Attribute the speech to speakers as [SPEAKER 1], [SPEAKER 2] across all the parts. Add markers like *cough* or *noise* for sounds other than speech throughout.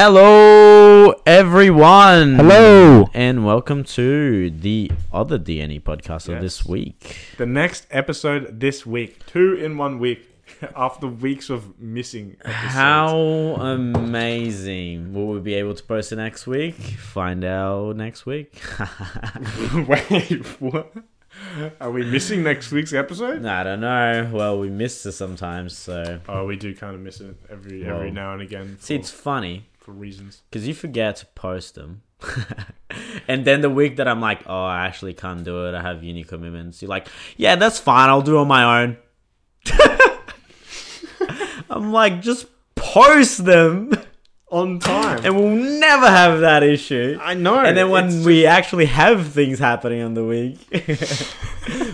[SPEAKER 1] Hello, everyone.
[SPEAKER 2] Hello.
[SPEAKER 1] And welcome to the other DNE podcast of this
[SPEAKER 3] Yes.
[SPEAKER 1] week.
[SPEAKER 3] The next episode this week, two in one week, *laughs* after weeks of missing. Episodes.
[SPEAKER 1] How amazing. Will we be able to post it next week? Find out next week.
[SPEAKER 3] *laughs*
[SPEAKER 1] *laughs*
[SPEAKER 3] Wait, what? Are we missing next week's episode?
[SPEAKER 1] I don't know. Well, we miss it sometimes, so.
[SPEAKER 3] Oh, we do kind of miss it every
[SPEAKER 1] Well,
[SPEAKER 3] every now and again. For,
[SPEAKER 1] See, it's funny
[SPEAKER 3] for reasons.
[SPEAKER 1] because you forget to post them. *laughs* and then the week that I'm like, oh, I actually can't do it. I have uni commitments. You're like, yeah, that's fine. I'll do it on my own. *laughs* I'm like, just post them *laughs*
[SPEAKER 3] On time.
[SPEAKER 1] and we'll never have that issue.
[SPEAKER 3] I know.
[SPEAKER 1] And then when
[SPEAKER 3] it's
[SPEAKER 1] we actually have things happening on the week,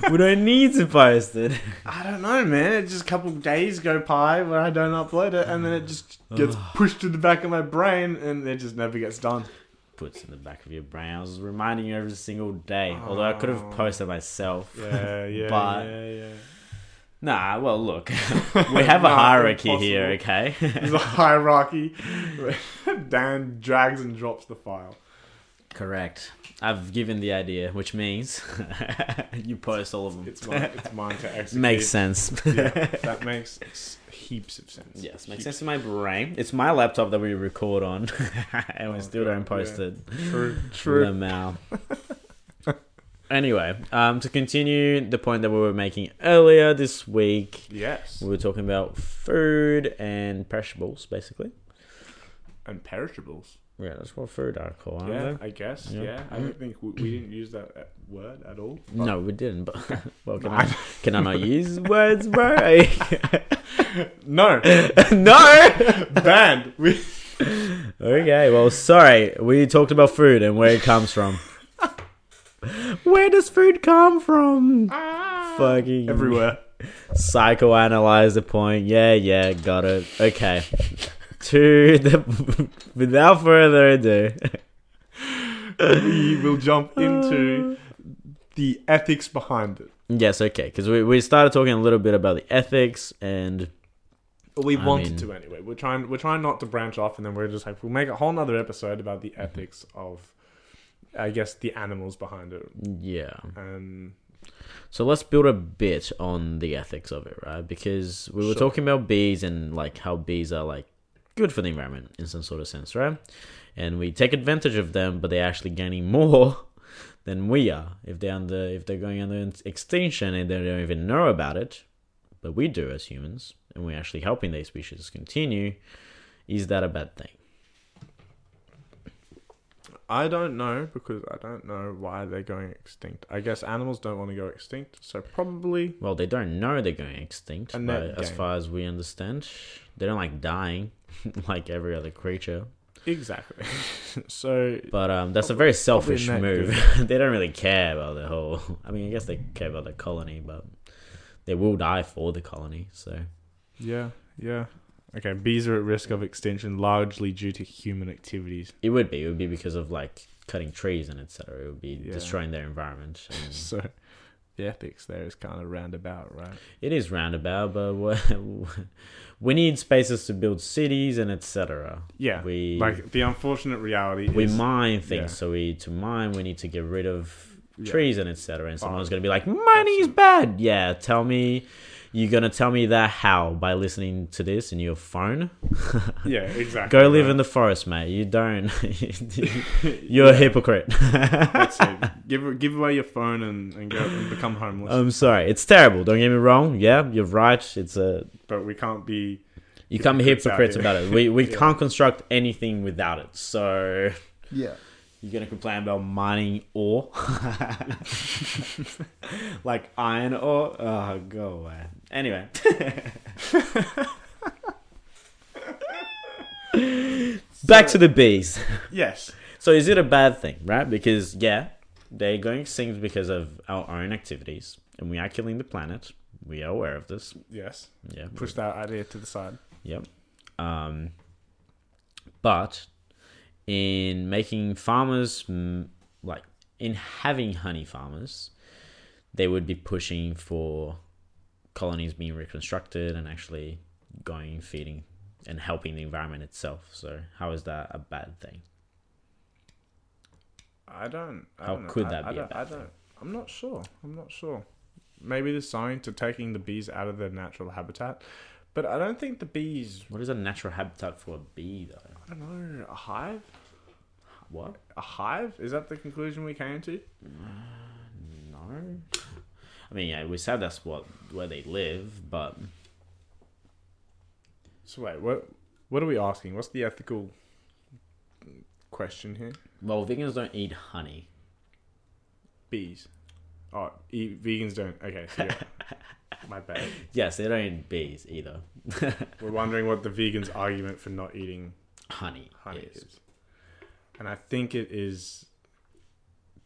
[SPEAKER 1] *laughs* we don't need to post it. *laughs*
[SPEAKER 3] just- I don't know, man. It's just a couple of days go by where I don't upload it, and then it just
[SPEAKER 1] *sighs*
[SPEAKER 3] gets pushed to the back of my brain, and it just never
[SPEAKER 1] *laughs*
[SPEAKER 3] gets done.
[SPEAKER 1] Puts in the back of your brain. I was reminding you every single day. Although I could have
[SPEAKER 3] Oh.
[SPEAKER 1] posted myself.
[SPEAKER 3] Yeah, yeah,
[SPEAKER 1] But-
[SPEAKER 3] yeah, yeah.
[SPEAKER 1] Nah, well, look, *laughs* we have a
[SPEAKER 3] Nah,
[SPEAKER 1] hierarchy
[SPEAKER 3] impossible.
[SPEAKER 1] here, okay? *laughs*
[SPEAKER 3] There's a hierarchy. *laughs* Dan drags and drops the file.
[SPEAKER 1] Correct. I've given the idea, which means *laughs* you post all of them.
[SPEAKER 3] *laughs* It's mine. It's mine to execute.
[SPEAKER 1] makes sense. *laughs*
[SPEAKER 3] Yeah, that makes s- heaps of sense.
[SPEAKER 1] yes, makes
[SPEAKER 3] Heaps.
[SPEAKER 1] sense in my brain. It's my laptop that we record on, *laughs* and we
[SPEAKER 3] Oh,
[SPEAKER 1] still
[SPEAKER 3] God,
[SPEAKER 1] don't post
[SPEAKER 3] yeah.
[SPEAKER 1] it.
[SPEAKER 3] True. True.
[SPEAKER 1] Lmao. anyway, um, to continue the point that we were making earlier this week,
[SPEAKER 3] Yes.
[SPEAKER 1] we were talking about food and perishables, basically.
[SPEAKER 3] And perishables.
[SPEAKER 1] Yeah, that's what food are called, aren't
[SPEAKER 3] Yeah,
[SPEAKER 1] they?
[SPEAKER 3] I guess.
[SPEAKER 1] Yeah.
[SPEAKER 3] Yeah. I don't think we, we didn't use that uh, word at all. but
[SPEAKER 1] No, we didn't. But *laughs* well, can I can I not *laughs* use words, bro?
[SPEAKER 3] No. *laughs*
[SPEAKER 1] no.
[SPEAKER 3] Banned. We,
[SPEAKER 1] Okay. Well, sorry. We talked about food and where it comes from. *laughs* where does food come from? Ah. Fucking *laughs*
[SPEAKER 3] everywhere.
[SPEAKER 1] Psychoanalyze the point. Yeah. Yeah. Got it. Okay. to the *laughs* without further ado. *laughs*
[SPEAKER 3] we will jump into
[SPEAKER 1] Uh.
[SPEAKER 3] the ethics behind it.
[SPEAKER 1] Yes. Okay. Because we we started talking a little bit about the ethics and
[SPEAKER 3] We
[SPEAKER 1] I
[SPEAKER 3] wanted
[SPEAKER 1] mean-
[SPEAKER 3] to anyway. We're trying. We're trying not to branch off, and then we're just like we'll make a whole nother episode about
[SPEAKER 1] Mm-hmm.
[SPEAKER 3] the ethics of, I guess, the animals behind it.
[SPEAKER 1] yeah.
[SPEAKER 3] And
[SPEAKER 1] So let's build a bit on the ethics of it, right? Because we were
[SPEAKER 3] Sure.
[SPEAKER 1] talking about bees and like how bees are like good for the environment in some sort of sense, right? And we take advantage of them, but they're actually gaining more *laughs* than we are if they're under if they're going under extinction and they don't even know about it, but we do as humans, and we're actually helping these species continue. Is that a bad thing?
[SPEAKER 3] I don't know because I don't know why they're going extinct. I guess animals don't want to go extinct, so probably
[SPEAKER 1] Well, they don't know they're going extinct,
[SPEAKER 3] A net
[SPEAKER 1] but as
[SPEAKER 3] gain.
[SPEAKER 1] far as we understand, they don't like dying *laughs* like every other creature.
[SPEAKER 3] exactly. *laughs* so
[SPEAKER 1] But um, that's a very selfish
[SPEAKER 3] not good.
[SPEAKER 1] move. *laughs* they don't really care about the whole. I mean, I guess they care about the colony, but they will die for the colony. So
[SPEAKER 3] yeah, yeah. Okay, bees are at risk of extinction largely due to human activities. *laughs*
[SPEAKER 1] it would be. It would be because of like cutting trees and etc. It would be
[SPEAKER 3] Yeah.
[SPEAKER 1] destroying their environment. And
[SPEAKER 3] So the ethics there is kind of roundabout, right?
[SPEAKER 1] it is roundabout, but *laughs* we- we need spaces to build cities and etc.
[SPEAKER 3] Yeah.
[SPEAKER 1] We
[SPEAKER 3] like the unfortunate reality
[SPEAKER 1] we
[SPEAKER 3] is
[SPEAKER 1] mine things,
[SPEAKER 3] yeah.
[SPEAKER 1] so we to mine we need to get rid of
[SPEAKER 3] Yeah.
[SPEAKER 1] trees and etc. And someone's gonna be
[SPEAKER 3] Farming.
[SPEAKER 1] like, "Money's bad." Yeah, tell me, you're gonna tell me that how by listening to this in your phone? *laughs*
[SPEAKER 3] Yeah, exactly.
[SPEAKER 1] Go live in the forest, mate. You don't. *laughs* you're a hypocrite. *laughs*
[SPEAKER 3] That's it. Give give away your phone and, and go and become homeless.
[SPEAKER 1] I'm sorry. It's terrible. Don't get me wrong. Yeah, you're right. It's a
[SPEAKER 3] but we can't be.
[SPEAKER 1] you can't be
[SPEAKER 3] Hypocrites out
[SPEAKER 1] hypocrites about it.
[SPEAKER 3] here.
[SPEAKER 1] We we
[SPEAKER 3] *laughs* Yeah.
[SPEAKER 1] can't construct anything without it. So
[SPEAKER 3] Yeah.
[SPEAKER 1] You're gonna complain about mining ore, *laughs* like iron ore. Oh, go away. Anyway, *laughs* back to the bees.
[SPEAKER 3] Yes.
[SPEAKER 1] So, is it a bad thing, right? Because yeah, they're going extinct because of our own activities, and we are killing the planet. We are aware of this.
[SPEAKER 3] Yes.
[SPEAKER 1] Yeah,
[SPEAKER 3] Push that idea to the side.
[SPEAKER 1] Yep. Um, but in making farmers, mm, like in having honey farmers, they would be pushing for colonies being reconstructed and actually going feeding and helping the environment itself. So how is that a bad thing?
[SPEAKER 3] I don't. I
[SPEAKER 1] How
[SPEAKER 3] don't know.
[SPEAKER 1] could
[SPEAKER 3] I-
[SPEAKER 1] that
[SPEAKER 3] I
[SPEAKER 1] be a
[SPEAKER 3] don't-
[SPEAKER 1] bad
[SPEAKER 3] I don't. I'm not sure. I'm not sure. Maybe there's something to taking the bees out of their natural habitat, but I don't think the bees.
[SPEAKER 1] What is a natural habitat for a bee though?
[SPEAKER 3] I don't know. A hive.
[SPEAKER 1] What?
[SPEAKER 3] A hive. Is that the conclusion we came to?
[SPEAKER 1] No. I mean, yeah, we said that's what where they live, but
[SPEAKER 3] So wait, what? What are we asking? What's the ethical question here?
[SPEAKER 1] well, vegans don't eat honey.
[SPEAKER 3] Bees. Oh, e- vegans don't. Okay,
[SPEAKER 1] *laughs*
[SPEAKER 3] so yeah. my bad.
[SPEAKER 1] Yes, they don't eat bees either.
[SPEAKER 3] We're wondering what the vegans' argument for not eating
[SPEAKER 1] honey,
[SPEAKER 3] honey
[SPEAKER 1] is.
[SPEAKER 3] is. And I think it is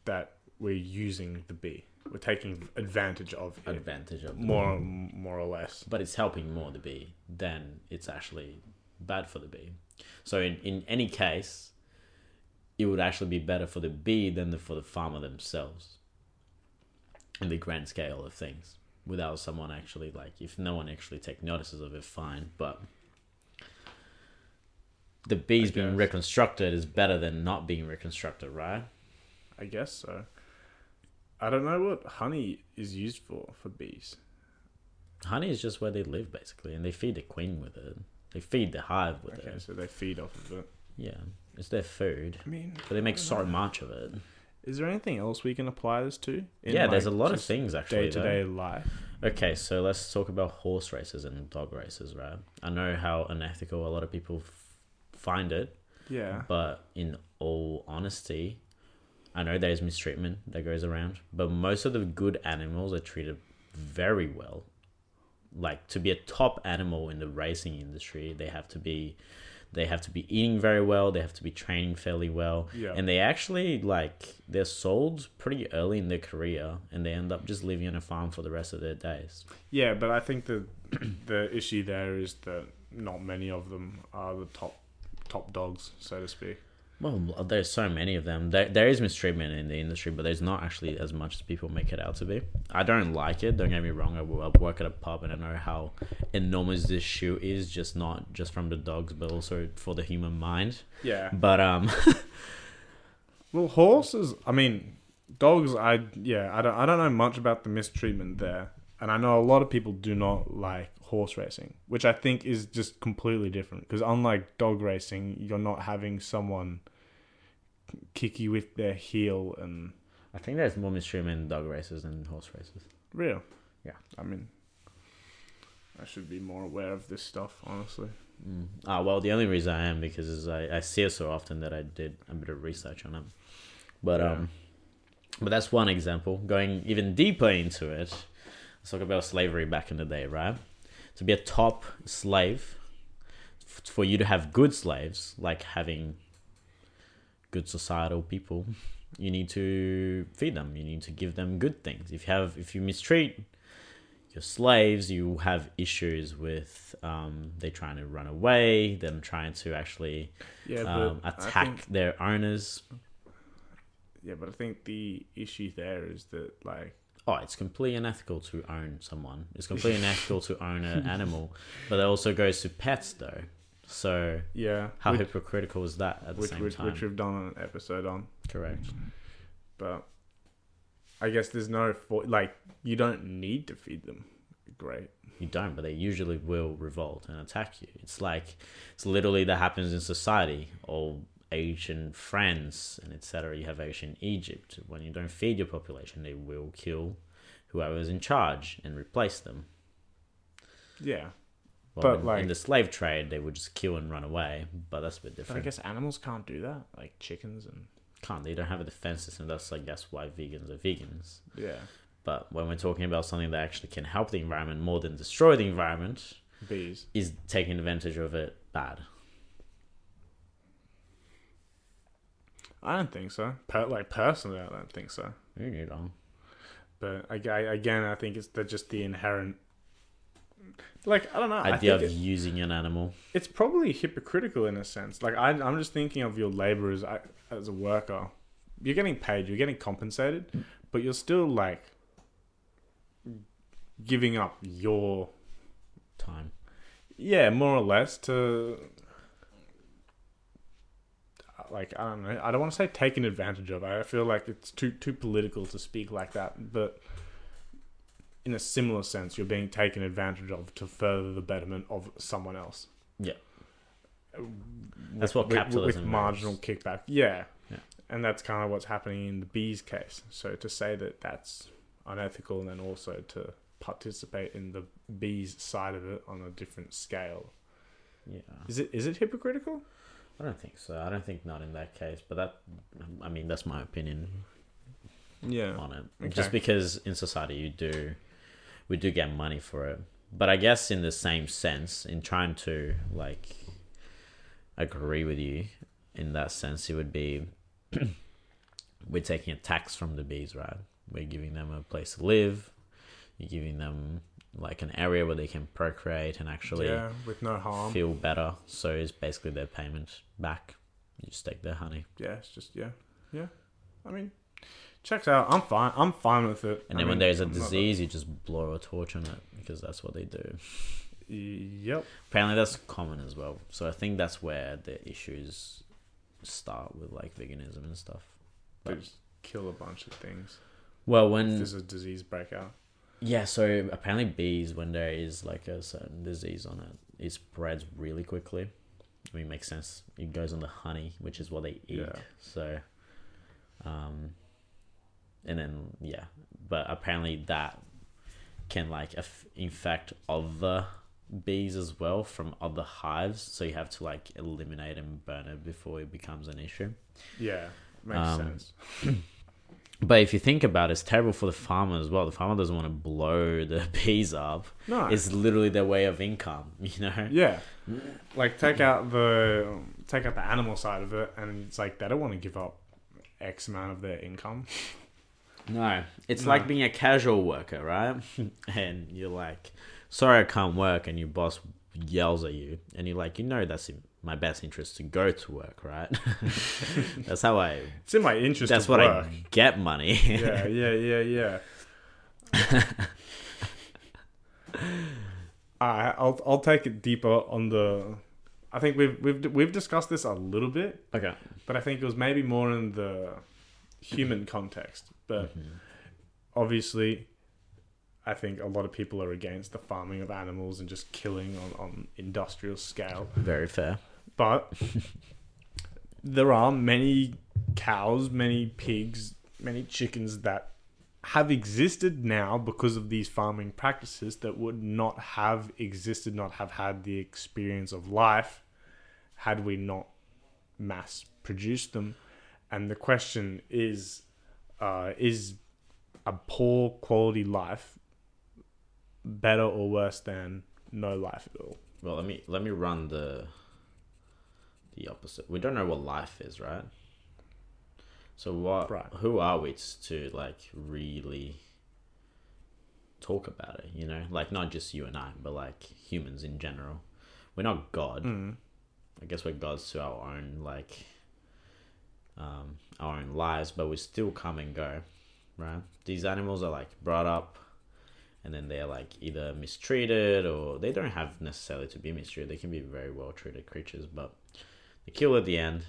[SPEAKER 3] that we're using the bee. We're taking advantage of it,
[SPEAKER 1] advantage of, the
[SPEAKER 3] more, more or less.
[SPEAKER 1] but it's helping more the bee than it's actually bad for the bee. So in in any case, it would actually be better for the bee than the, for the farmer themselves. In the grand scale of things, without someone actually like, if no one actually take notices of it, fine. But the bees being
[SPEAKER 3] guess.
[SPEAKER 1] reconstructed is better than not being reconstructed, right?
[SPEAKER 3] I guess so. I don't know what honey is used for for bees.
[SPEAKER 1] Honey is just where they live basically, and they feed the queen with it. They feed the hive with
[SPEAKER 3] Okay,
[SPEAKER 1] it.
[SPEAKER 3] so they feed off of it.
[SPEAKER 1] Yeah, it's their food.
[SPEAKER 3] I mean,
[SPEAKER 1] But they make so
[SPEAKER 3] Mm-hmm.
[SPEAKER 1] much of it.
[SPEAKER 3] is there anything else we can apply this to?
[SPEAKER 1] yeah, there's a lot of things
[SPEAKER 3] Day
[SPEAKER 1] actually.
[SPEAKER 3] to day life.
[SPEAKER 1] though. Okay, so let's talk about horse races and dog races, right? I know how unethical a lot of people f- find it,
[SPEAKER 3] Yeah.
[SPEAKER 1] but in all honesty, I know there's mistreatment that goes around, but most of the good animals are treated very well. Like to be a top animal in the racing industry, they have to be they have to be eating very well, they have to be training fairly well.
[SPEAKER 3] Yeah.
[SPEAKER 1] And they actually like they're sold pretty early in their career and they end up just living on a farm for the rest of their days.
[SPEAKER 3] Yeah, but I think the *clears throat* the issue there is that not many of them are the top top dogs, so to speak.
[SPEAKER 1] Well, there's so many of them. There, there is mistreatment in the industry, but there's not actually as much as people make it out to be. I don't like it. Don't get me wrong. I, wo- I work at a pub, and I know how enormous this shoe is. Just not just from the dogs, but also for the human mind.
[SPEAKER 3] Yeah.
[SPEAKER 1] But um, *laughs*
[SPEAKER 3] Well, horses. I mean, dogs. I yeah. I don't. I don't know much about the mistreatment there, and I know a lot of people do not like horse racing, which I think is just completely different. Because unlike dog racing, you're not having someone kick you with their heel and
[SPEAKER 1] I think there's more mistreatment in dog races than horse races.
[SPEAKER 3] real.
[SPEAKER 1] Yeah.
[SPEAKER 3] I mean, I should be more aware of this stuff, honestly.
[SPEAKER 1] Mm. Ah, well, the only reason I am because is I, I see it so often that I did a bit of research on it. But
[SPEAKER 3] Yeah.
[SPEAKER 1] um, but that's one example. Going even deeper into it, let's talk about slavery back in the day, right? To be a top slave, f- for you to have good slaves, like having good societal people, you need to feed them. You need to give them good things. If you have, if you mistreat your slaves, you have issues with um, they trying to run away, them trying to actually
[SPEAKER 3] Yeah, but
[SPEAKER 1] um,
[SPEAKER 3] I
[SPEAKER 1] attack
[SPEAKER 3] think-
[SPEAKER 1] their owners.
[SPEAKER 3] yeah, but I think the issue there is that like.
[SPEAKER 1] Oh, it's completely unethical to own someone. It's completely unethical to own an
[SPEAKER 3] *laughs*
[SPEAKER 1] animal, but that also goes to pets though. So
[SPEAKER 3] Yeah,
[SPEAKER 1] how
[SPEAKER 3] which,
[SPEAKER 1] hypocritical is that at the
[SPEAKER 3] which,
[SPEAKER 1] same
[SPEAKER 3] which,
[SPEAKER 1] time?
[SPEAKER 3] which we've done an episode on.
[SPEAKER 1] Correct.
[SPEAKER 3] but I guess there's no for- like you don't need to feed them. Great.
[SPEAKER 1] You don't, but they usually will revolt and attack you. It's like it's literally that happens in society. All Asian France and etc. You have Asian Egypt. When you don't feed your population, they will kill whoever's in charge and replace them.
[SPEAKER 3] Yeah,
[SPEAKER 1] Well,
[SPEAKER 3] But,
[SPEAKER 1] in,
[SPEAKER 3] like-
[SPEAKER 1] in the slave trade, they would just kill and run away. But that's a bit
[SPEAKER 3] but I
[SPEAKER 1] different.
[SPEAKER 3] guess animals can't do that, like chickens and
[SPEAKER 1] Can't they don't have a defense system? That's I guess why vegans are vegans.
[SPEAKER 3] yeah,
[SPEAKER 1] But when we're talking about something that actually can help the environment more than destroy the environment,
[SPEAKER 3] bees.
[SPEAKER 1] is taking advantage of it bad?
[SPEAKER 3] I don't think so. Per- like personally, I don't think so.
[SPEAKER 1] You know.
[SPEAKER 3] But I, I, again, I think it's the, just the inherent. Like I don't know. I
[SPEAKER 1] idea
[SPEAKER 3] think
[SPEAKER 1] of
[SPEAKER 3] it-
[SPEAKER 1] using an animal.
[SPEAKER 3] it's probably hypocritical in a sense. Like I, I'm just thinking of your labor as I- as a worker. You're getting paid. You're getting compensated, but you're still like giving up your
[SPEAKER 1] Time.
[SPEAKER 3] yeah, more or less to like I don't know. I don't want to say taken advantage of. I feel like it's too too political to speak like that, but in a similar sense, you're being taken advantage of to further the betterment of someone else.
[SPEAKER 1] Yeah.
[SPEAKER 3] With-
[SPEAKER 1] That's what
[SPEAKER 3] with- with,
[SPEAKER 1] capitalism is.
[SPEAKER 3] marginal kickback. Yeah.
[SPEAKER 1] Yeah.
[SPEAKER 3] And that's kind of what's happening in the bees case. So to say that that's unethical, and then also to participate in the bees side of it on a different scale.
[SPEAKER 1] Yeah,
[SPEAKER 3] Is it is it hypocritical?
[SPEAKER 1] I don't think so. I don't think not in that case, but that, I mean, that's my opinion
[SPEAKER 3] Yeah.
[SPEAKER 1] on it.
[SPEAKER 3] Okay.
[SPEAKER 1] Just because in society you do, we do get money for it. But I guess in the same sense, in trying to like agree with you in that sense, it would be *clears throat* we're taking a tax from the bees, right? We're giving them a place to live. You're giving them like an area where they can procreate and actually
[SPEAKER 3] Yeah, with no harm.
[SPEAKER 1] feel better. So it's basically their payment back. You just take their honey.
[SPEAKER 3] yeah, it's just yeah, yeah. I mean, checks out. I'm fine. I'm fine with it.
[SPEAKER 1] And
[SPEAKER 3] I
[SPEAKER 1] then when
[SPEAKER 3] mean,
[SPEAKER 1] there's a
[SPEAKER 3] I'm not-
[SPEAKER 1] disease, you just blow a torch on it because that's what they do.
[SPEAKER 3] Yep.
[SPEAKER 1] Apparently, that's common as well. So I think that's where the issues start with like veganism and stuff.
[SPEAKER 3] They
[SPEAKER 1] But-
[SPEAKER 3] just kill a bunch of things.
[SPEAKER 1] well,
[SPEAKER 3] If
[SPEAKER 1] when
[SPEAKER 3] There's a disease breakout.
[SPEAKER 1] yeah, so apparently bees, when there is like a certain disease on it, it spreads really quickly. I mean, makes sense. It goes on the honey, which is what they eat.
[SPEAKER 3] Yeah.
[SPEAKER 1] So, um, and then yeah, but apparently that can like aff- infect other bees as well from other hives. So you have to like eliminate and burn it before it becomes an issue.
[SPEAKER 3] Yeah, makes
[SPEAKER 1] Um,
[SPEAKER 3] sense.
[SPEAKER 1] But if you think about it, it's terrible for the farmer as well. The farmer doesn't want to blow the *laughs* bees up.
[SPEAKER 3] No.
[SPEAKER 1] It's literally their way of income, *laughs* you know?
[SPEAKER 3] yeah, like take out the take out the animal side of it, and it's like they don't want to give up X amount of their income.
[SPEAKER 1] No. It's
[SPEAKER 3] No.
[SPEAKER 1] like being a casual worker, right? *laughs* and you're like, sorry, I can't work. And your boss yells at you. And you're like, you know, that's in my best interest to go to work,
[SPEAKER 3] *laughs*
[SPEAKER 1] right? *laughs* that's how I,
[SPEAKER 3] It's in my interest.
[SPEAKER 1] that's
[SPEAKER 3] to
[SPEAKER 1] what
[SPEAKER 3] work.
[SPEAKER 1] I get money. *laughs*
[SPEAKER 3] yeah, yeah, yeah, yeah. I, I'll I'll take it deeper on the. I think we've we've we've discussed this a little bit,
[SPEAKER 1] okay.
[SPEAKER 3] but I think it was maybe more in the human context. But obviously, I think a lot of people are against the farming of animals and just killing on, on industrial scale
[SPEAKER 1] Very fair.
[SPEAKER 3] but there are many cows, many pigs, many chickens that have existed now because of these farming practices that would not have existed, not have had the experience of life had we not mass produced them. And the question is uh, is a poor quality life better or worse than no life at all?
[SPEAKER 1] Well, let me, let me run the, the opposite. We don't know what life is, right? So what?
[SPEAKER 3] Right.
[SPEAKER 1] Who are we to like really talk about it? You know, like not just you and I, but like humans in general. We're not God. I guess we're gods to our own like um, our own lives, but we still come and go, right? These animals are like brought up. And then they're like either mistreated or they don't have necessarily to be mistreated. They can be very well treated creatures, but they kill at the end.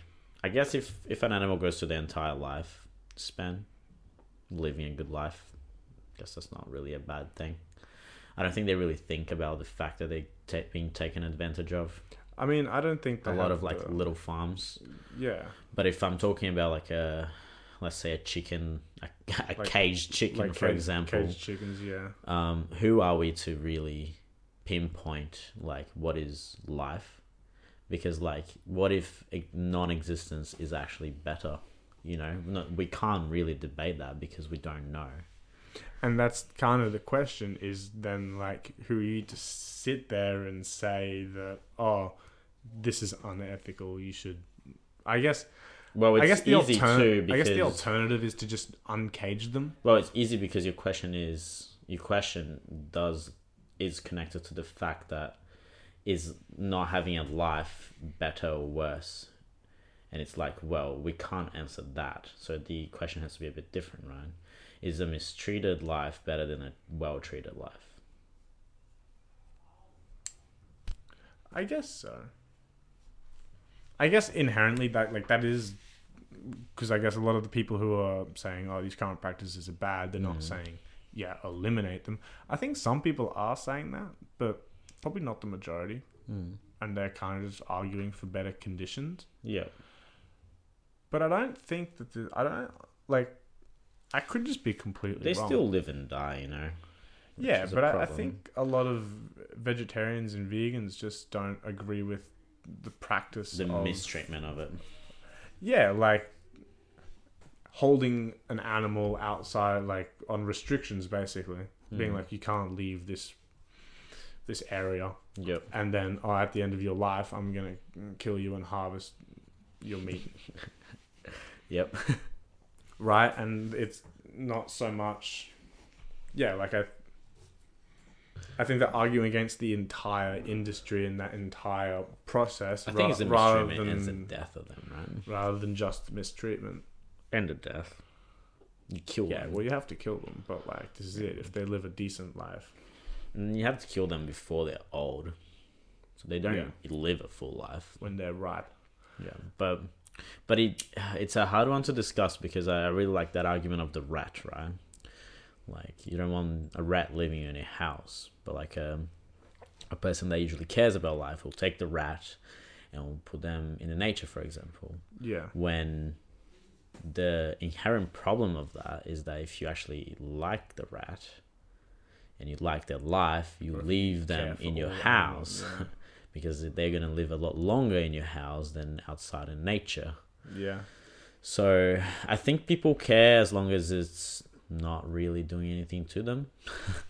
[SPEAKER 1] I guess if if an animal goes through their entire life span, living a good life, I guess that's not really a bad thing. I don't think they really think about the fact that they're ta being taken advantage of.
[SPEAKER 3] I mean, I don't think
[SPEAKER 1] A
[SPEAKER 3] they
[SPEAKER 1] lot
[SPEAKER 3] have
[SPEAKER 1] of like
[SPEAKER 3] the-
[SPEAKER 1] little farms.
[SPEAKER 3] yeah.
[SPEAKER 1] But if I'm talking about like a, let's say a chicken, a, *laughs* a
[SPEAKER 3] Like-
[SPEAKER 1] caged chicken, for
[SPEAKER 3] cage-
[SPEAKER 1] example,
[SPEAKER 3] caged chickens. Yeah,
[SPEAKER 1] um, who are we to really pinpoint like what is life because like what if e- non-existence is actually better you know no, we can't really debate that because we don't know
[SPEAKER 3] and that's kind of the question. Is then like who are you to sit there and say that oh, this is unethical? You should. I guess.
[SPEAKER 1] well it's
[SPEAKER 3] I guess the
[SPEAKER 1] easy too
[SPEAKER 3] alternative. I
[SPEAKER 1] because
[SPEAKER 3] guess the alternative is to just uncage them.
[SPEAKER 1] well it's easy because your question is your question does is connected to the fact that is not having a life better or worse and it's like well we can't answer that so the question has to be a bit different right is a mistreated life better than a well treated life
[SPEAKER 3] I guess so. I guess inherently that like that is because I guess a lot of the people who are saying oh these current practices are bad, they're
[SPEAKER 1] Mm.
[SPEAKER 3] not saying yeah eliminate them. I think some people are saying that, but probably not the majority,
[SPEAKER 1] Mm.
[SPEAKER 3] and they're kind of just arguing for better conditions.
[SPEAKER 1] Yeah.
[SPEAKER 3] But I don't think that the, I don't like. I could just be completely
[SPEAKER 1] They
[SPEAKER 3] wrong.
[SPEAKER 1] still live and die, you know. which
[SPEAKER 3] yeah,
[SPEAKER 1] is a
[SPEAKER 3] but I, I
[SPEAKER 1] problem.
[SPEAKER 3] think a lot of vegetarians and vegans just don't agree with the practice
[SPEAKER 1] the
[SPEAKER 3] of
[SPEAKER 1] mistreatment of it.
[SPEAKER 3] yeah, like holding an animal outside, like on restrictions, basically being
[SPEAKER 1] Mm.
[SPEAKER 3] like you can't leave this this area,
[SPEAKER 1] Yep.
[SPEAKER 3] and then oh, at the end of your life, I'm gonna kill you and harvest your meat,
[SPEAKER 1] Yep.
[SPEAKER 3] right? And it's not so much, yeah, like I. I think they're arguing against the entire industry and that entire process
[SPEAKER 1] I think
[SPEAKER 3] ra-
[SPEAKER 1] it's the
[SPEAKER 3] rather
[SPEAKER 1] mistreatment and it's the
[SPEAKER 3] than
[SPEAKER 1] death of them, right?
[SPEAKER 3] rather than just mistreatment.
[SPEAKER 1] And the death. You kill
[SPEAKER 3] Yeah,
[SPEAKER 1] them.
[SPEAKER 3] well, you have to kill them, but like, this is it. If they live a decent life,
[SPEAKER 1] And you have to kill them before they're old. So they don't
[SPEAKER 3] Yeah.
[SPEAKER 1] live a full life.
[SPEAKER 3] when they're ripe,
[SPEAKER 1] Yeah, but but it it's a hard one to discuss because I really like that argument of the rat, right? Like you don't want a rat living in your house, but like a a person that usually cares about life will take the rat and will put them in the nature, for example.
[SPEAKER 3] yeah,
[SPEAKER 1] When the inherent problem of that is that if you actually like the rat and you like their life, you
[SPEAKER 3] Or
[SPEAKER 1] leave them
[SPEAKER 3] care
[SPEAKER 1] in
[SPEAKER 3] for
[SPEAKER 1] your
[SPEAKER 3] all the
[SPEAKER 1] house
[SPEAKER 3] animals,
[SPEAKER 1] because they're going to live a lot longer in your house than outside in nature.
[SPEAKER 3] yeah,
[SPEAKER 1] So I think people care as long as it's not really doing anything to them. *laughs*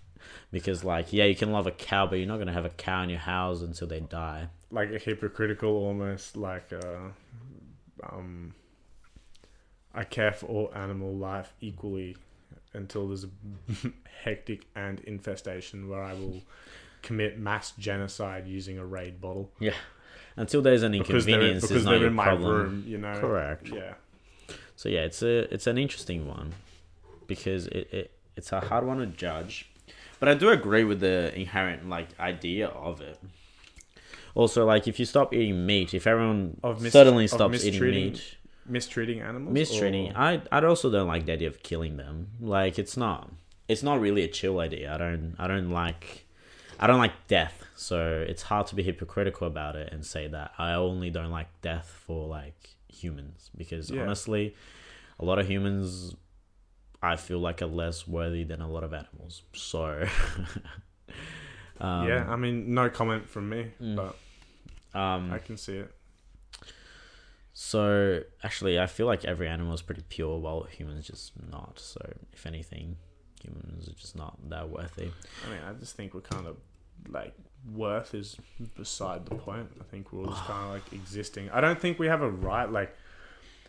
[SPEAKER 1] because, like, yeah, you can love a cow, but you're not going to have a cow in your house until they die.
[SPEAKER 3] like a hypocritical, almost like a, um, I care for all animal life equally until there's a *laughs* hectic and infestation where I will commit mass genocide using a raid bottle
[SPEAKER 1] Until there's an
[SPEAKER 3] because they're
[SPEAKER 1] inconvenience,
[SPEAKER 3] because
[SPEAKER 1] is not
[SPEAKER 3] they're
[SPEAKER 1] your
[SPEAKER 3] in my
[SPEAKER 1] problem.
[SPEAKER 3] room, you know,
[SPEAKER 1] Correct.
[SPEAKER 3] yeah,
[SPEAKER 1] So yeah, it's a it's an interesting one because it, it it's a hard one to judge, but I do agree with the inherent like idea of it. Also, like if you stop eating meat, if everyone
[SPEAKER 3] Of mis-
[SPEAKER 1] suddenly
[SPEAKER 3] of
[SPEAKER 1] stops eating
[SPEAKER 3] mistreating
[SPEAKER 1] meat,
[SPEAKER 3] mistreating animals,
[SPEAKER 1] mistreating,
[SPEAKER 3] or-
[SPEAKER 1] I I also don't like the idea of killing them. Like it's not it's not really a chill idea. I don't I don't like. I don't like death, so it's hard to be hypocritical about it and say that I only don't like death for like humans because
[SPEAKER 3] Yeah.
[SPEAKER 1] honestly, a lot of humans I feel like are less worthy than a lot of animals. So um,
[SPEAKER 3] yeah, I mean, no comment from me,
[SPEAKER 1] Mm.
[SPEAKER 3] but
[SPEAKER 1] um,
[SPEAKER 3] I can see it.
[SPEAKER 1] so actually, I feel like every animal is pretty pure, while humans just not. So if anything, humans are just not that worthy.
[SPEAKER 3] I mean, I just think we're kind of like worth is beside the point. I think we're all just kind of like existing. I don't think we have a right like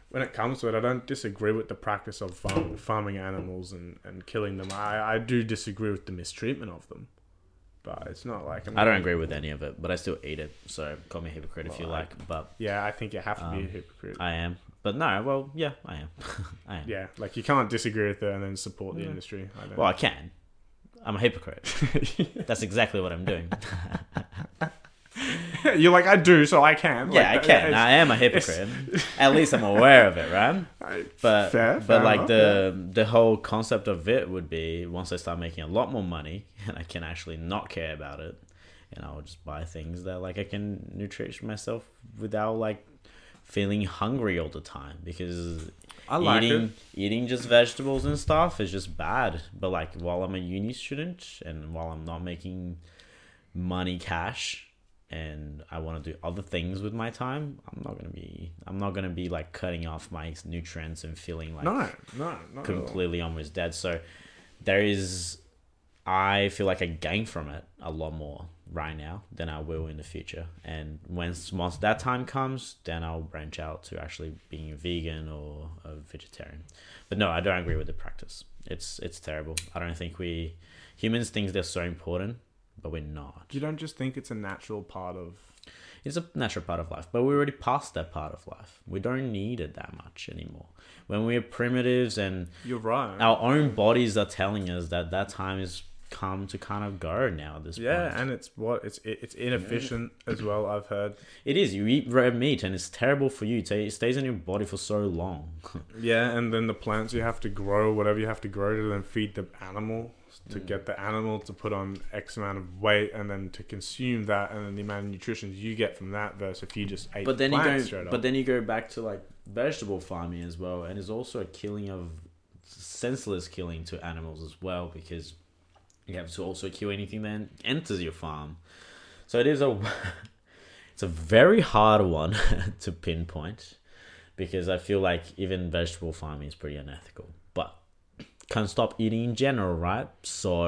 [SPEAKER 3] when it comes to it. I don't disagree with the practice of farm, farming animals and and killing them. I I do disagree with the mistreatment of them, but it's not like
[SPEAKER 1] I don't agree with any of it, but I still eat it. So call me a hypocrite if you
[SPEAKER 3] Well, I-
[SPEAKER 1] like, but
[SPEAKER 3] Yeah, I think you have to be
[SPEAKER 1] Um,
[SPEAKER 3] a hypocrite.
[SPEAKER 1] I am. But no, well, yeah, I am. *laughs* I am.
[SPEAKER 3] yeah, like you can't disagree with it and then support the
[SPEAKER 1] Yeah.
[SPEAKER 3] industry. I don't.
[SPEAKER 1] Well, I can. I'm a hypocrite. That's exactly what I'm
[SPEAKER 3] *laughs*
[SPEAKER 1] doing.
[SPEAKER 3] *laughs* You're like I do, so I can.
[SPEAKER 1] yeah, I
[SPEAKER 3] Like, that-
[SPEAKER 1] can.
[SPEAKER 3] it's-
[SPEAKER 1] I am a hypocrite. At least I'm aware of it,
[SPEAKER 3] *laughs*
[SPEAKER 1] right?
[SPEAKER 3] I-
[SPEAKER 1] But
[SPEAKER 3] Fair,
[SPEAKER 1] but
[SPEAKER 3] fair
[SPEAKER 1] like
[SPEAKER 3] enough,
[SPEAKER 1] the the whole concept of it would be once I start making a lot more money *laughs* and I can actually not care about it, and I'll just buy things that like I can nutrition myself without like feeling hungry all the time because
[SPEAKER 3] I like
[SPEAKER 1] eating
[SPEAKER 3] it.
[SPEAKER 1] eating just vegetables and stuff is just bad. But like while I'm a uni student and while I'm not making money cash and I want to do other things with my time, I'm not gonna be I'm not gonna be like cutting off my nutrients and feeling like
[SPEAKER 3] no, no, not at all.
[SPEAKER 1] completely almost dead. So there is I feel like I gain from it a lot more right now than I will in the future. And once once that time comes, then I'll branch out to actually being a vegan or a vegetarian. But no, I don't agree with the practice. It's it's terrible. I don't think we humans think they're so important, but we're not.
[SPEAKER 3] You don't just think it's a natural part of.
[SPEAKER 1] It's a natural part of life, but we already passed that part of life. We don't need it that much anymore. When we're primitives and
[SPEAKER 3] You're right.
[SPEAKER 1] our own bodies are telling us that that time is come to kind of go now at this
[SPEAKER 3] Yeah,
[SPEAKER 1] point.
[SPEAKER 3] and it's what it's it, it's inefficient as well. I've heard.
[SPEAKER 1] It is. You eat red meat, and it's terrible for you. It ta- It stays in your body for so long. *laughs*
[SPEAKER 3] Yeah, and then the plants you have to grow, whatever you have to grow to then feed the animal to get the animal to put on X amount of weight and then to consume that and then the amount of nutrition you get from that versus if Mm. you just ate
[SPEAKER 1] but then
[SPEAKER 3] the
[SPEAKER 1] you
[SPEAKER 3] plants
[SPEAKER 1] go.
[SPEAKER 3] straight up.
[SPEAKER 1] But then you go back to like vegetable farming as well, and it's also a killing of senseless killing to animals as well because you have to also kill anything that enters your farm. So it is a. *laughs* It's a very hard one *laughs* to pinpoint because I feel like even vegetable farming is pretty unethical. But can't stop eating in general, right? So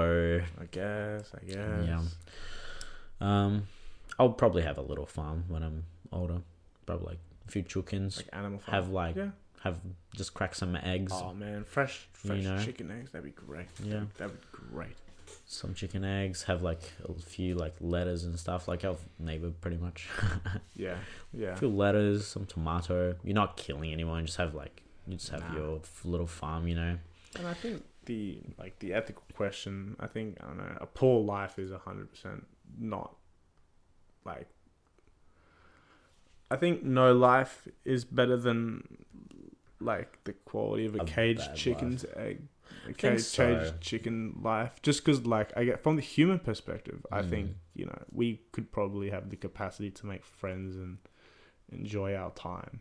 [SPEAKER 3] I guess, I guess.
[SPEAKER 1] Yeah. Um, I'll probably have a little farm when I'm older. Probably like a few chickens.
[SPEAKER 3] Like animal farm.
[SPEAKER 1] have like
[SPEAKER 3] Oh, yeah.
[SPEAKER 1] have just crack some eggs,
[SPEAKER 3] Oh man, fresh fresh
[SPEAKER 1] know.
[SPEAKER 3] chicken eggs, that'd be great.
[SPEAKER 1] Yeah.
[SPEAKER 3] That'd be great.
[SPEAKER 1] some chicken eggs. Have like a few like lettuce and stuff. Like our neighbor, pretty
[SPEAKER 3] *laughs*
[SPEAKER 1] much.
[SPEAKER 3] Yeah. Yeah.
[SPEAKER 1] a few lettuce, some tomato. You're not killing anyone. Just have like you just have
[SPEAKER 3] Nah.
[SPEAKER 1] your f- little farm. You know.
[SPEAKER 3] And I think the like the ethical question, I think I don't know, a poor life is hundred percent not like I think no life is better than like the quality of a,
[SPEAKER 1] A
[SPEAKER 3] caged
[SPEAKER 1] bad
[SPEAKER 3] chickken's egg. A caged,
[SPEAKER 1] so.
[SPEAKER 3] caged chicken life, just because, like, I get from the human perspective, I think
[SPEAKER 1] Mm.
[SPEAKER 3] you know we could probably have the capacity to make friends and enjoy our time,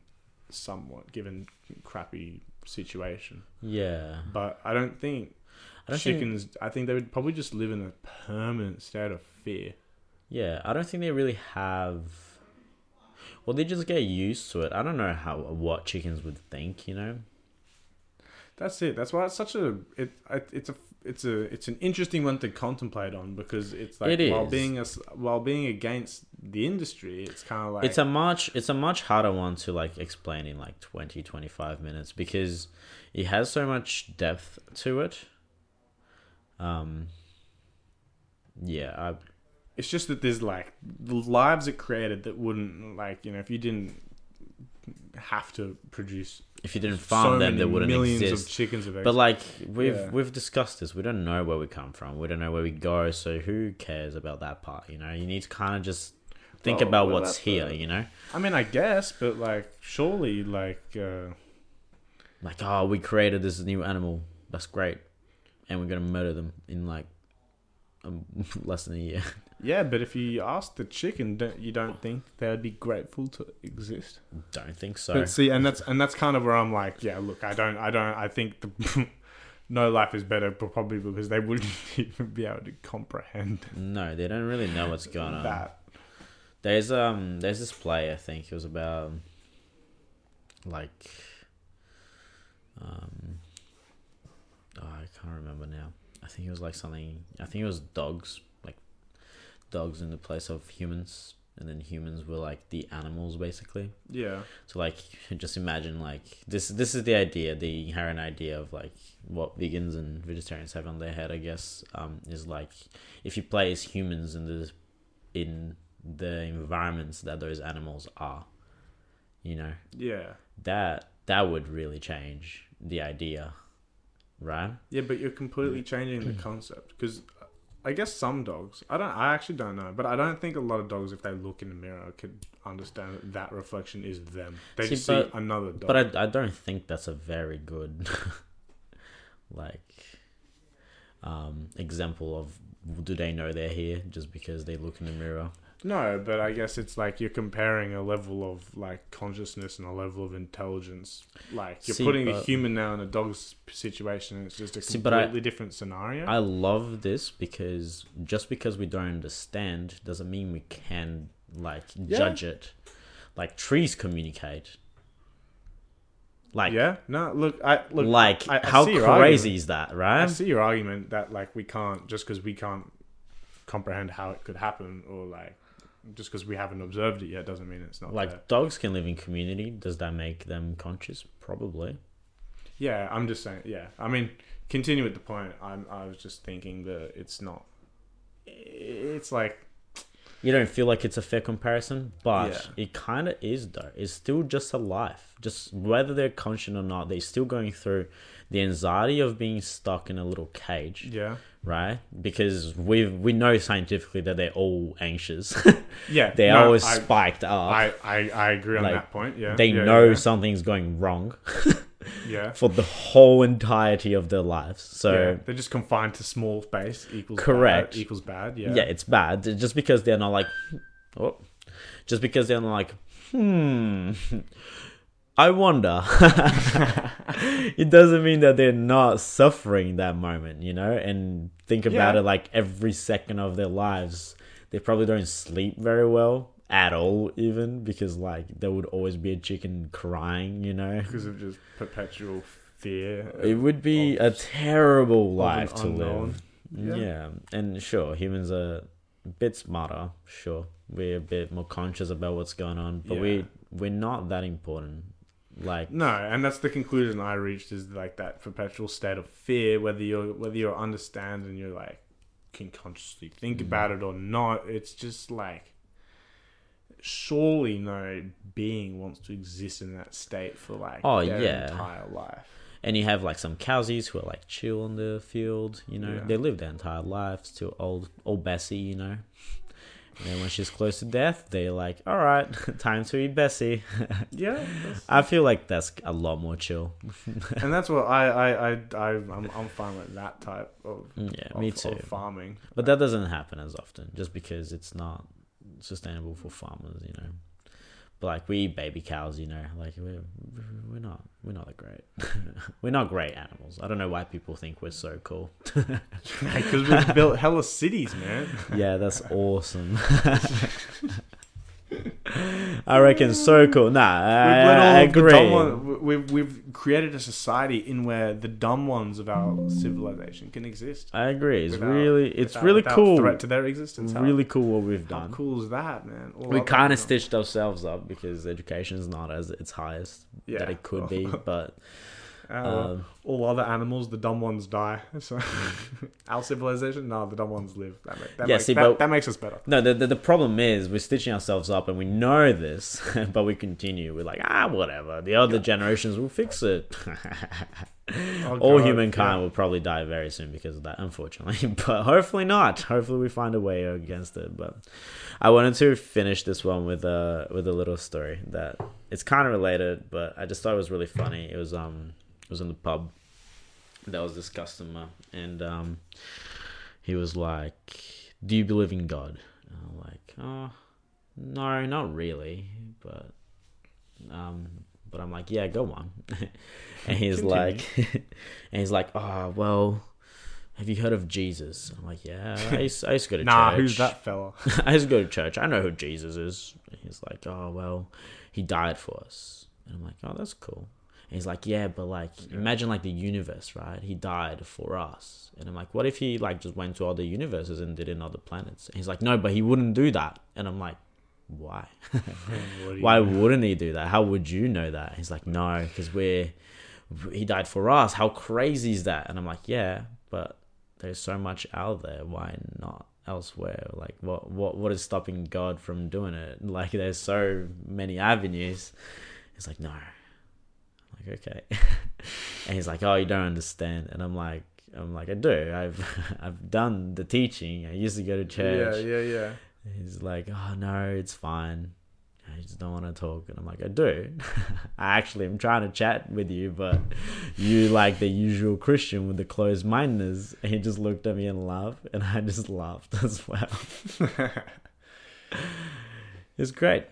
[SPEAKER 3] somewhat, given crappy situation.
[SPEAKER 1] Yeah.
[SPEAKER 3] But I don't think
[SPEAKER 1] I don't think-
[SPEAKER 3] chickens. I think they would probably just live in a permanent state of fear.
[SPEAKER 1] Yeah, I don't think they really have. Well, they just get used to it. I don't know how what chickens would think. You know.
[SPEAKER 3] That's it. That's why it's such a it. I- It's a it's a it's an interesting one to contemplate on because it's like
[SPEAKER 1] It
[SPEAKER 3] while
[SPEAKER 1] is.
[SPEAKER 3] being us while being against the industry, it's kind of like
[SPEAKER 1] it's a much it's a much harder one to like explain in like 20 25 minutes because it has so much depth to it um yeah I,
[SPEAKER 3] it's just that there's like the lives it created that wouldn't like you know if you didn't have to produce
[SPEAKER 1] if you didn't farm
[SPEAKER 3] so
[SPEAKER 1] them
[SPEAKER 3] many
[SPEAKER 1] they wouldn't
[SPEAKER 3] millions
[SPEAKER 1] exist
[SPEAKER 3] of chickens of eggs.
[SPEAKER 1] but like we've
[SPEAKER 3] Yeah.
[SPEAKER 1] we've discussed this we don't know where we come from we don't know where we go so who cares about that part you know you need to kind of just think
[SPEAKER 3] Well,
[SPEAKER 1] about
[SPEAKER 3] well,
[SPEAKER 1] what's
[SPEAKER 3] that's
[SPEAKER 1] here
[SPEAKER 3] the-
[SPEAKER 1] you know
[SPEAKER 3] I mean, I guess, but like surely like. uh
[SPEAKER 1] like oh we created this new animal that's great and we're gonna murder them in like um, *laughs* less than a year
[SPEAKER 3] Yeah, but if you ask the chicken, don't you don't think they would be grateful to exist?
[SPEAKER 1] Don't think so.
[SPEAKER 3] But see, and that's and that's kind of where I'm like, yeah, look, I don't, I don't, I think the *laughs* no life is better but probably because they wouldn't *laughs* even be able to comprehend
[SPEAKER 1] No, they don't really know what's going on.
[SPEAKER 3] that.
[SPEAKER 1] There's um there's this play I think it was about like um oh, I can't remember now. I think it was like something I think it was dogs, like dogs in the place of humans and then humans were like the animals basically.
[SPEAKER 3] Yeah,
[SPEAKER 1] So like just imagine like this this is the idea, the inherent idea of like what vegans and vegetarians have on their head, I guess, um, is like if you place humans in the in the environments that those animals are, you know,
[SPEAKER 3] yeah,
[SPEAKER 1] that that would really change the idea. Right?
[SPEAKER 3] yeah. But you're completely changing the concept because I guess some dogs, I don't, I actually don't know, but I don't think a lot of dogs, if they look in the mirror, could understand that, that reflection is them. They
[SPEAKER 1] See,
[SPEAKER 3] just
[SPEAKER 1] but-
[SPEAKER 3] see another dog.
[SPEAKER 1] But I, I don't think that's a very good *laughs* like um example of do they know they're here just because they look in the mirror?
[SPEAKER 3] No, but I guess it's like you're comparing a level of like consciousness and a level of intelligence. Like you're
[SPEAKER 1] See,
[SPEAKER 3] putting a
[SPEAKER 1] but-
[SPEAKER 3] human now in a dog's situation, and it's just a
[SPEAKER 1] See, but I-
[SPEAKER 3] completely different scenario.
[SPEAKER 1] I love this because just because we don't understand doesn't mean we can like
[SPEAKER 3] Yeah.
[SPEAKER 1] judge it. Like trees communicate. Like
[SPEAKER 3] yeah, no, look, I look,
[SPEAKER 1] like
[SPEAKER 3] I- I
[SPEAKER 1] how
[SPEAKER 3] see
[SPEAKER 1] crazy
[SPEAKER 3] your
[SPEAKER 1] is that, right?
[SPEAKER 3] I see your argument that like we can't just because we can't comprehend how it could happen, or like just because we haven't observed it yet doesn't mean it's not
[SPEAKER 1] Like
[SPEAKER 3] there.
[SPEAKER 1] dogs can live in community. Does that make them conscious? Probably.
[SPEAKER 3] Yeah, I'm just saying. Yeah, I mean, continue with the point. I'm. I was just thinking that it's not. It's like
[SPEAKER 1] you don't feel like it's a fair comparison, but
[SPEAKER 3] Yeah.
[SPEAKER 1] it kind of is though. It's still just a life. Just whether they're conscious or not, they're still going through the anxiety of being stuck in a little cage,
[SPEAKER 3] Yeah.
[SPEAKER 1] right? Because we we know scientifically that they're all anxious. *laughs*
[SPEAKER 3] Yeah.
[SPEAKER 1] they're
[SPEAKER 3] no,
[SPEAKER 1] always
[SPEAKER 3] I,
[SPEAKER 1] spiked up.
[SPEAKER 3] I, I, I agree on
[SPEAKER 1] Like,
[SPEAKER 3] that point. Yeah.
[SPEAKER 1] they
[SPEAKER 3] yeah,
[SPEAKER 1] know
[SPEAKER 3] Yeah.
[SPEAKER 1] something's going wrong *laughs*
[SPEAKER 3] yeah.
[SPEAKER 1] for the whole entirety of their lives. So
[SPEAKER 3] Yeah, They're just confined to small space equals bad-
[SPEAKER 1] Correct.
[SPEAKER 3] equals bad.
[SPEAKER 1] yeah.
[SPEAKER 3] Yeah.
[SPEAKER 1] it's bad just because they're not like oh just because they're not like hmm *laughs* i wonder *laughs* it doesn't mean that they're not suffering that moment you know and think about
[SPEAKER 3] Yeah.
[SPEAKER 1] it like every second of their lives they probably don't sleep very well at all even because like there would always be a chicken crying you know
[SPEAKER 3] Because of just perpetual fear.
[SPEAKER 1] it would be a terrible life to live
[SPEAKER 3] unknown.
[SPEAKER 1] yeah. and sure, humans are a bit smarter. Sure, we're a bit more conscious about what's going on, but
[SPEAKER 3] Yeah.
[SPEAKER 1] we we're not that important. Like,
[SPEAKER 3] No, and that's the conclusion I reached is like that perpetual state of fear, whether you're whether you understand and you're like can consciously think
[SPEAKER 1] Mm.
[SPEAKER 3] about it or not. It's just like surely no being wants to exist in that state for like
[SPEAKER 1] Oh,
[SPEAKER 3] their
[SPEAKER 1] yeah.
[SPEAKER 3] entire life.
[SPEAKER 1] and you have like some cowsies who are like chill on the field. You know,
[SPEAKER 3] Yeah.
[SPEAKER 1] they live their entire lives till old old Bessie. You know. And then when she's close to death, they're like, "All right, *laughs* time to eat Bessie."
[SPEAKER 3] Yeah,
[SPEAKER 1] I feel like that's a lot more chill.
[SPEAKER 3] and that's what I I I, I I'm, I'm fine with that type of
[SPEAKER 1] Mm, Yeah,
[SPEAKER 3] of,
[SPEAKER 1] me
[SPEAKER 3] of
[SPEAKER 1] too.
[SPEAKER 3] farming.
[SPEAKER 1] But
[SPEAKER 3] *laughs*
[SPEAKER 1] that doesn't happen as often, just because it's not sustainable for farmers, you know. But like we eat baby cows, you know, like we're we're not we're not that great. *laughs* we're not great animals. I don't know why people think we're so cool. *laughs*
[SPEAKER 3] because we've built hella cities, man.
[SPEAKER 1] Yeah, that's awesome. *laughs* I reckon so cool. Nah,
[SPEAKER 3] We've
[SPEAKER 1] I,
[SPEAKER 3] let all
[SPEAKER 1] I
[SPEAKER 3] of the dumb
[SPEAKER 1] agree.
[SPEAKER 3] one, we've, we've created a society in where the dumb ones of our civilization can exist.
[SPEAKER 1] I agree. It's
[SPEAKER 3] without-
[SPEAKER 1] really it's
[SPEAKER 3] without-
[SPEAKER 1] really
[SPEAKER 3] without
[SPEAKER 1] cool.
[SPEAKER 3] Threat to their existence. How-
[SPEAKER 1] Really cool what we've
[SPEAKER 3] how,
[SPEAKER 1] done.
[SPEAKER 3] cool is that, man? All
[SPEAKER 1] we
[SPEAKER 3] other
[SPEAKER 1] kind
[SPEAKER 3] people-
[SPEAKER 1] of stitched ourselves up because education's not as its highest that it could be, but
[SPEAKER 3] Uh,
[SPEAKER 1] um,
[SPEAKER 3] all other animals, the dumb ones die.
[SPEAKER 1] *laughs*
[SPEAKER 3] *laughs* So our civilization, no, the dumb ones live. That, make, that,
[SPEAKER 1] Yeah,
[SPEAKER 3] makes,
[SPEAKER 1] see,
[SPEAKER 3] that,
[SPEAKER 1] but-
[SPEAKER 3] that makes us better.
[SPEAKER 1] no, the, the the problem is we're stitching ourselves up, and we know this, *laughs* but we continue. We're like, ah, whatever. The other generations will fix it.
[SPEAKER 3] Oh,
[SPEAKER 1] All
[SPEAKER 3] God,
[SPEAKER 1] humankind will probably die very soon because of that, unfortunately. *laughs* But hopefully not. Hopefully we find a way against it. But I wanted to finish this one with a with a little story that it's kind of related, but I just thought it was really funny. It was um it was in the pub. There was this customer, and um, he was like, "Do you believe in God?" And I'm like, "Oh, no, not really." But um, but I'm like, "Yeah, go on." *laughs* and he's
[SPEAKER 3] Continue.
[SPEAKER 1] like, *laughs* and he's like, "Oh, well." Have you heard of Jesus? I'm like, yeah, I used, I used to go to
[SPEAKER 3] Nah,
[SPEAKER 1] church.
[SPEAKER 3] who's
[SPEAKER 1] *laughs*
[SPEAKER 3] that fella?
[SPEAKER 1] I just go to church. I know who Jesus is. And he's like, oh, well, he died for us. And I'm like, oh, that's cool. And he's like, yeah, but like, imagine like the universe, right? He died for us. And I'm like, what if he like just went to other universes and did it in other planets? And he's like, no, but he wouldn't do that. And I'm like, why?
[SPEAKER 3] What do you-
[SPEAKER 1] Why wouldn't he do that? How would you know that? He's like, no, because we're he died for us. How crazy is that? And I'm like, yeah, but there's so much out there. Why not elsewhere? Like, what what what is stopping God from doing it? *laughs* Like, there's so many avenues. He's like, no. I'm like, okay. *laughs* and he's like, oh, you don't understand. And I'm like. I'm like I do. I've *laughs* I've done the teaching. I used to go to church.
[SPEAKER 3] Yeah, yeah, yeah.
[SPEAKER 1] He's like, oh no, it's fine. I just don't want to talk. And I'm like, I do. *laughs* I actually am trying to chat with you, but you like the usual Christian with the closed mindedness. And he just looked at me and laughed, and I just laughed *laughs* as well. it's great.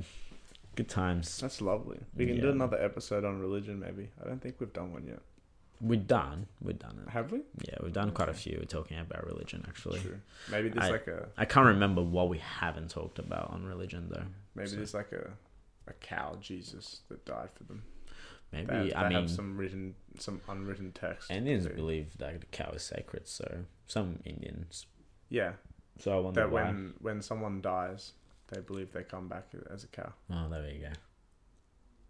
[SPEAKER 1] Good times.
[SPEAKER 3] *laughs* That's lovely. We can do
[SPEAKER 1] Yeah.
[SPEAKER 3] another episode on religion, maybe. I don't think we've done one yet.
[SPEAKER 1] We're done. We're done. It.
[SPEAKER 3] Have we?
[SPEAKER 1] Yeah, we've done quite a few. We're talking about religion, actually.
[SPEAKER 3] True. Maybe there's
[SPEAKER 1] I-
[SPEAKER 3] like a
[SPEAKER 1] I can't remember what we haven't talked about on religion, though.
[SPEAKER 3] maybe
[SPEAKER 1] So-
[SPEAKER 3] there's like a a cow Jesus that died for them.
[SPEAKER 1] Maybe,
[SPEAKER 3] They, have,
[SPEAKER 1] I
[SPEAKER 3] they
[SPEAKER 1] mean,
[SPEAKER 3] have some written, some unwritten text.
[SPEAKER 1] Indians
[SPEAKER 3] that-
[SPEAKER 1] believe that the cow is sacred, so some Indians.
[SPEAKER 3] yeah,
[SPEAKER 1] So I wonder
[SPEAKER 3] that
[SPEAKER 1] why.
[SPEAKER 3] when when someone dies, they believe they come back as a cow.
[SPEAKER 1] Oh, there we go.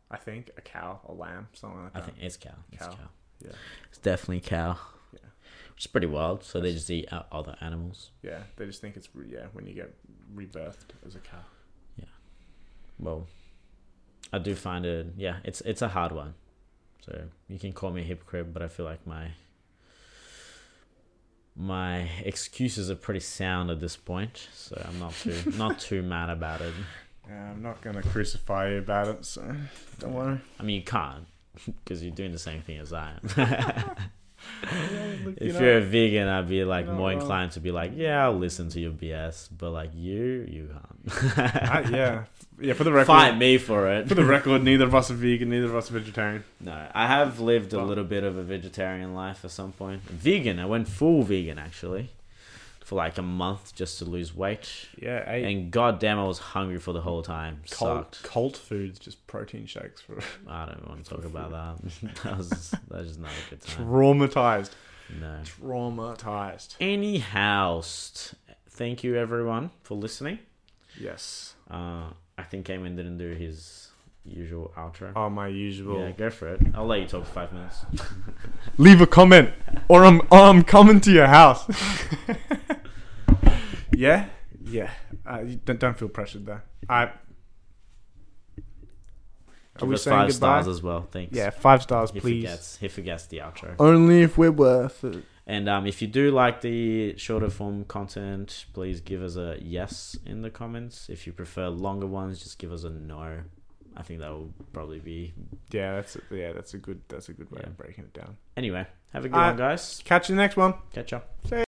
[SPEAKER 3] I think a cow, a lamb, something like
[SPEAKER 1] I
[SPEAKER 3] that.
[SPEAKER 1] think it's cow. It's
[SPEAKER 3] Cow.
[SPEAKER 1] cow.
[SPEAKER 3] Uh, Yeah.
[SPEAKER 1] It's definitely cow.
[SPEAKER 3] Yeah.
[SPEAKER 1] It's pretty wild. So they just eat o- other animals.
[SPEAKER 3] Yeah, they just think it's re- yeah when you get rebirthed as a cow.
[SPEAKER 1] Well, I do find it. Yeah, it's it's a hard one. So you can call me a hypocrite, but I feel like my my excuses are pretty sound at this point. So I'm not too not too mad about it.
[SPEAKER 3] Yeah, I'm not gonna crucify you about it, so don't *laughs* worry.
[SPEAKER 1] I mean, you can't *laughs* because you're doing the same thing as
[SPEAKER 3] *laughs*
[SPEAKER 1] I *laughs* am.
[SPEAKER 3] Look,
[SPEAKER 1] if
[SPEAKER 3] you know,
[SPEAKER 1] you're a vegan, I'd be like
[SPEAKER 3] you're not
[SPEAKER 1] more
[SPEAKER 3] wrong.
[SPEAKER 1] inclined to be like, yeah, I'll listen to your BS, but like you, you can't.
[SPEAKER 3] *laughs* I- Ah,
[SPEAKER 1] *laughs*
[SPEAKER 3] yeah, yeah. For the record,
[SPEAKER 1] Fight me for it.
[SPEAKER 3] for the record, neither of us are vegan, neither of us are vegetarian.
[SPEAKER 1] *laughs* No, I have lived a
[SPEAKER 3] Well-
[SPEAKER 1] little bit of a vegetarian life at some point. Vegan, I went full vegan actually for like a month just to lose weight.
[SPEAKER 3] Yeah, I
[SPEAKER 1] And goddamn, I was hungry for the whole time.
[SPEAKER 3] cult
[SPEAKER 1] Sucked.
[SPEAKER 3] cult foods, just protein shakes for
[SPEAKER 1] I don't want to talk about that. *laughs* that was that was just not a good time.
[SPEAKER 3] traumatized,
[SPEAKER 1] No.
[SPEAKER 3] traumatized.
[SPEAKER 1] Anyhow, st- thank you everyone for listening.
[SPEAKER 3] Yes.
[SPEAKER 1] Uh, I think Eamon didn't do his usual outro.
[SPEAKER 3] Oh, my usual.
[SPEAKER 1] yeah, go for it. I'll let you talk for five minutes.
[SPEAKER 3] Leave a comment, or I'm or I'm coming to your house. *laughs* yeah, yeah. Uh, you don't don't feel pressured though. I. Are
[SPEAKER 1] Give us five stars as well. Thanks.
[SPEAKER 3] Yeah, five stars,
[SPEAKER 1] He
[SPEAKER 3] please.
[SPEAKER 1] forgets. He forgets the outro.
[SPEAKER 3] Only if we're worth it.
[SPEAKER 1] And um, if you do like the shorter form content, please give us a yes in the comments. If you prefer longer ones, just give us a no. I think that will probably be.
[SPEAKER 3] Yeah, that's a, yeah, that's a good that's a good way
[SPEAKER 1] Yeah.
[SPEAKER 3] of breaking it down.
[SPEAKER 1] Anyway, have a good
[SPEAKER 3] Uh,
[SPEAKER 1] one, guys.
[SPEAKER 3] Catch you next one.
[SPEAKER 1] Catch up.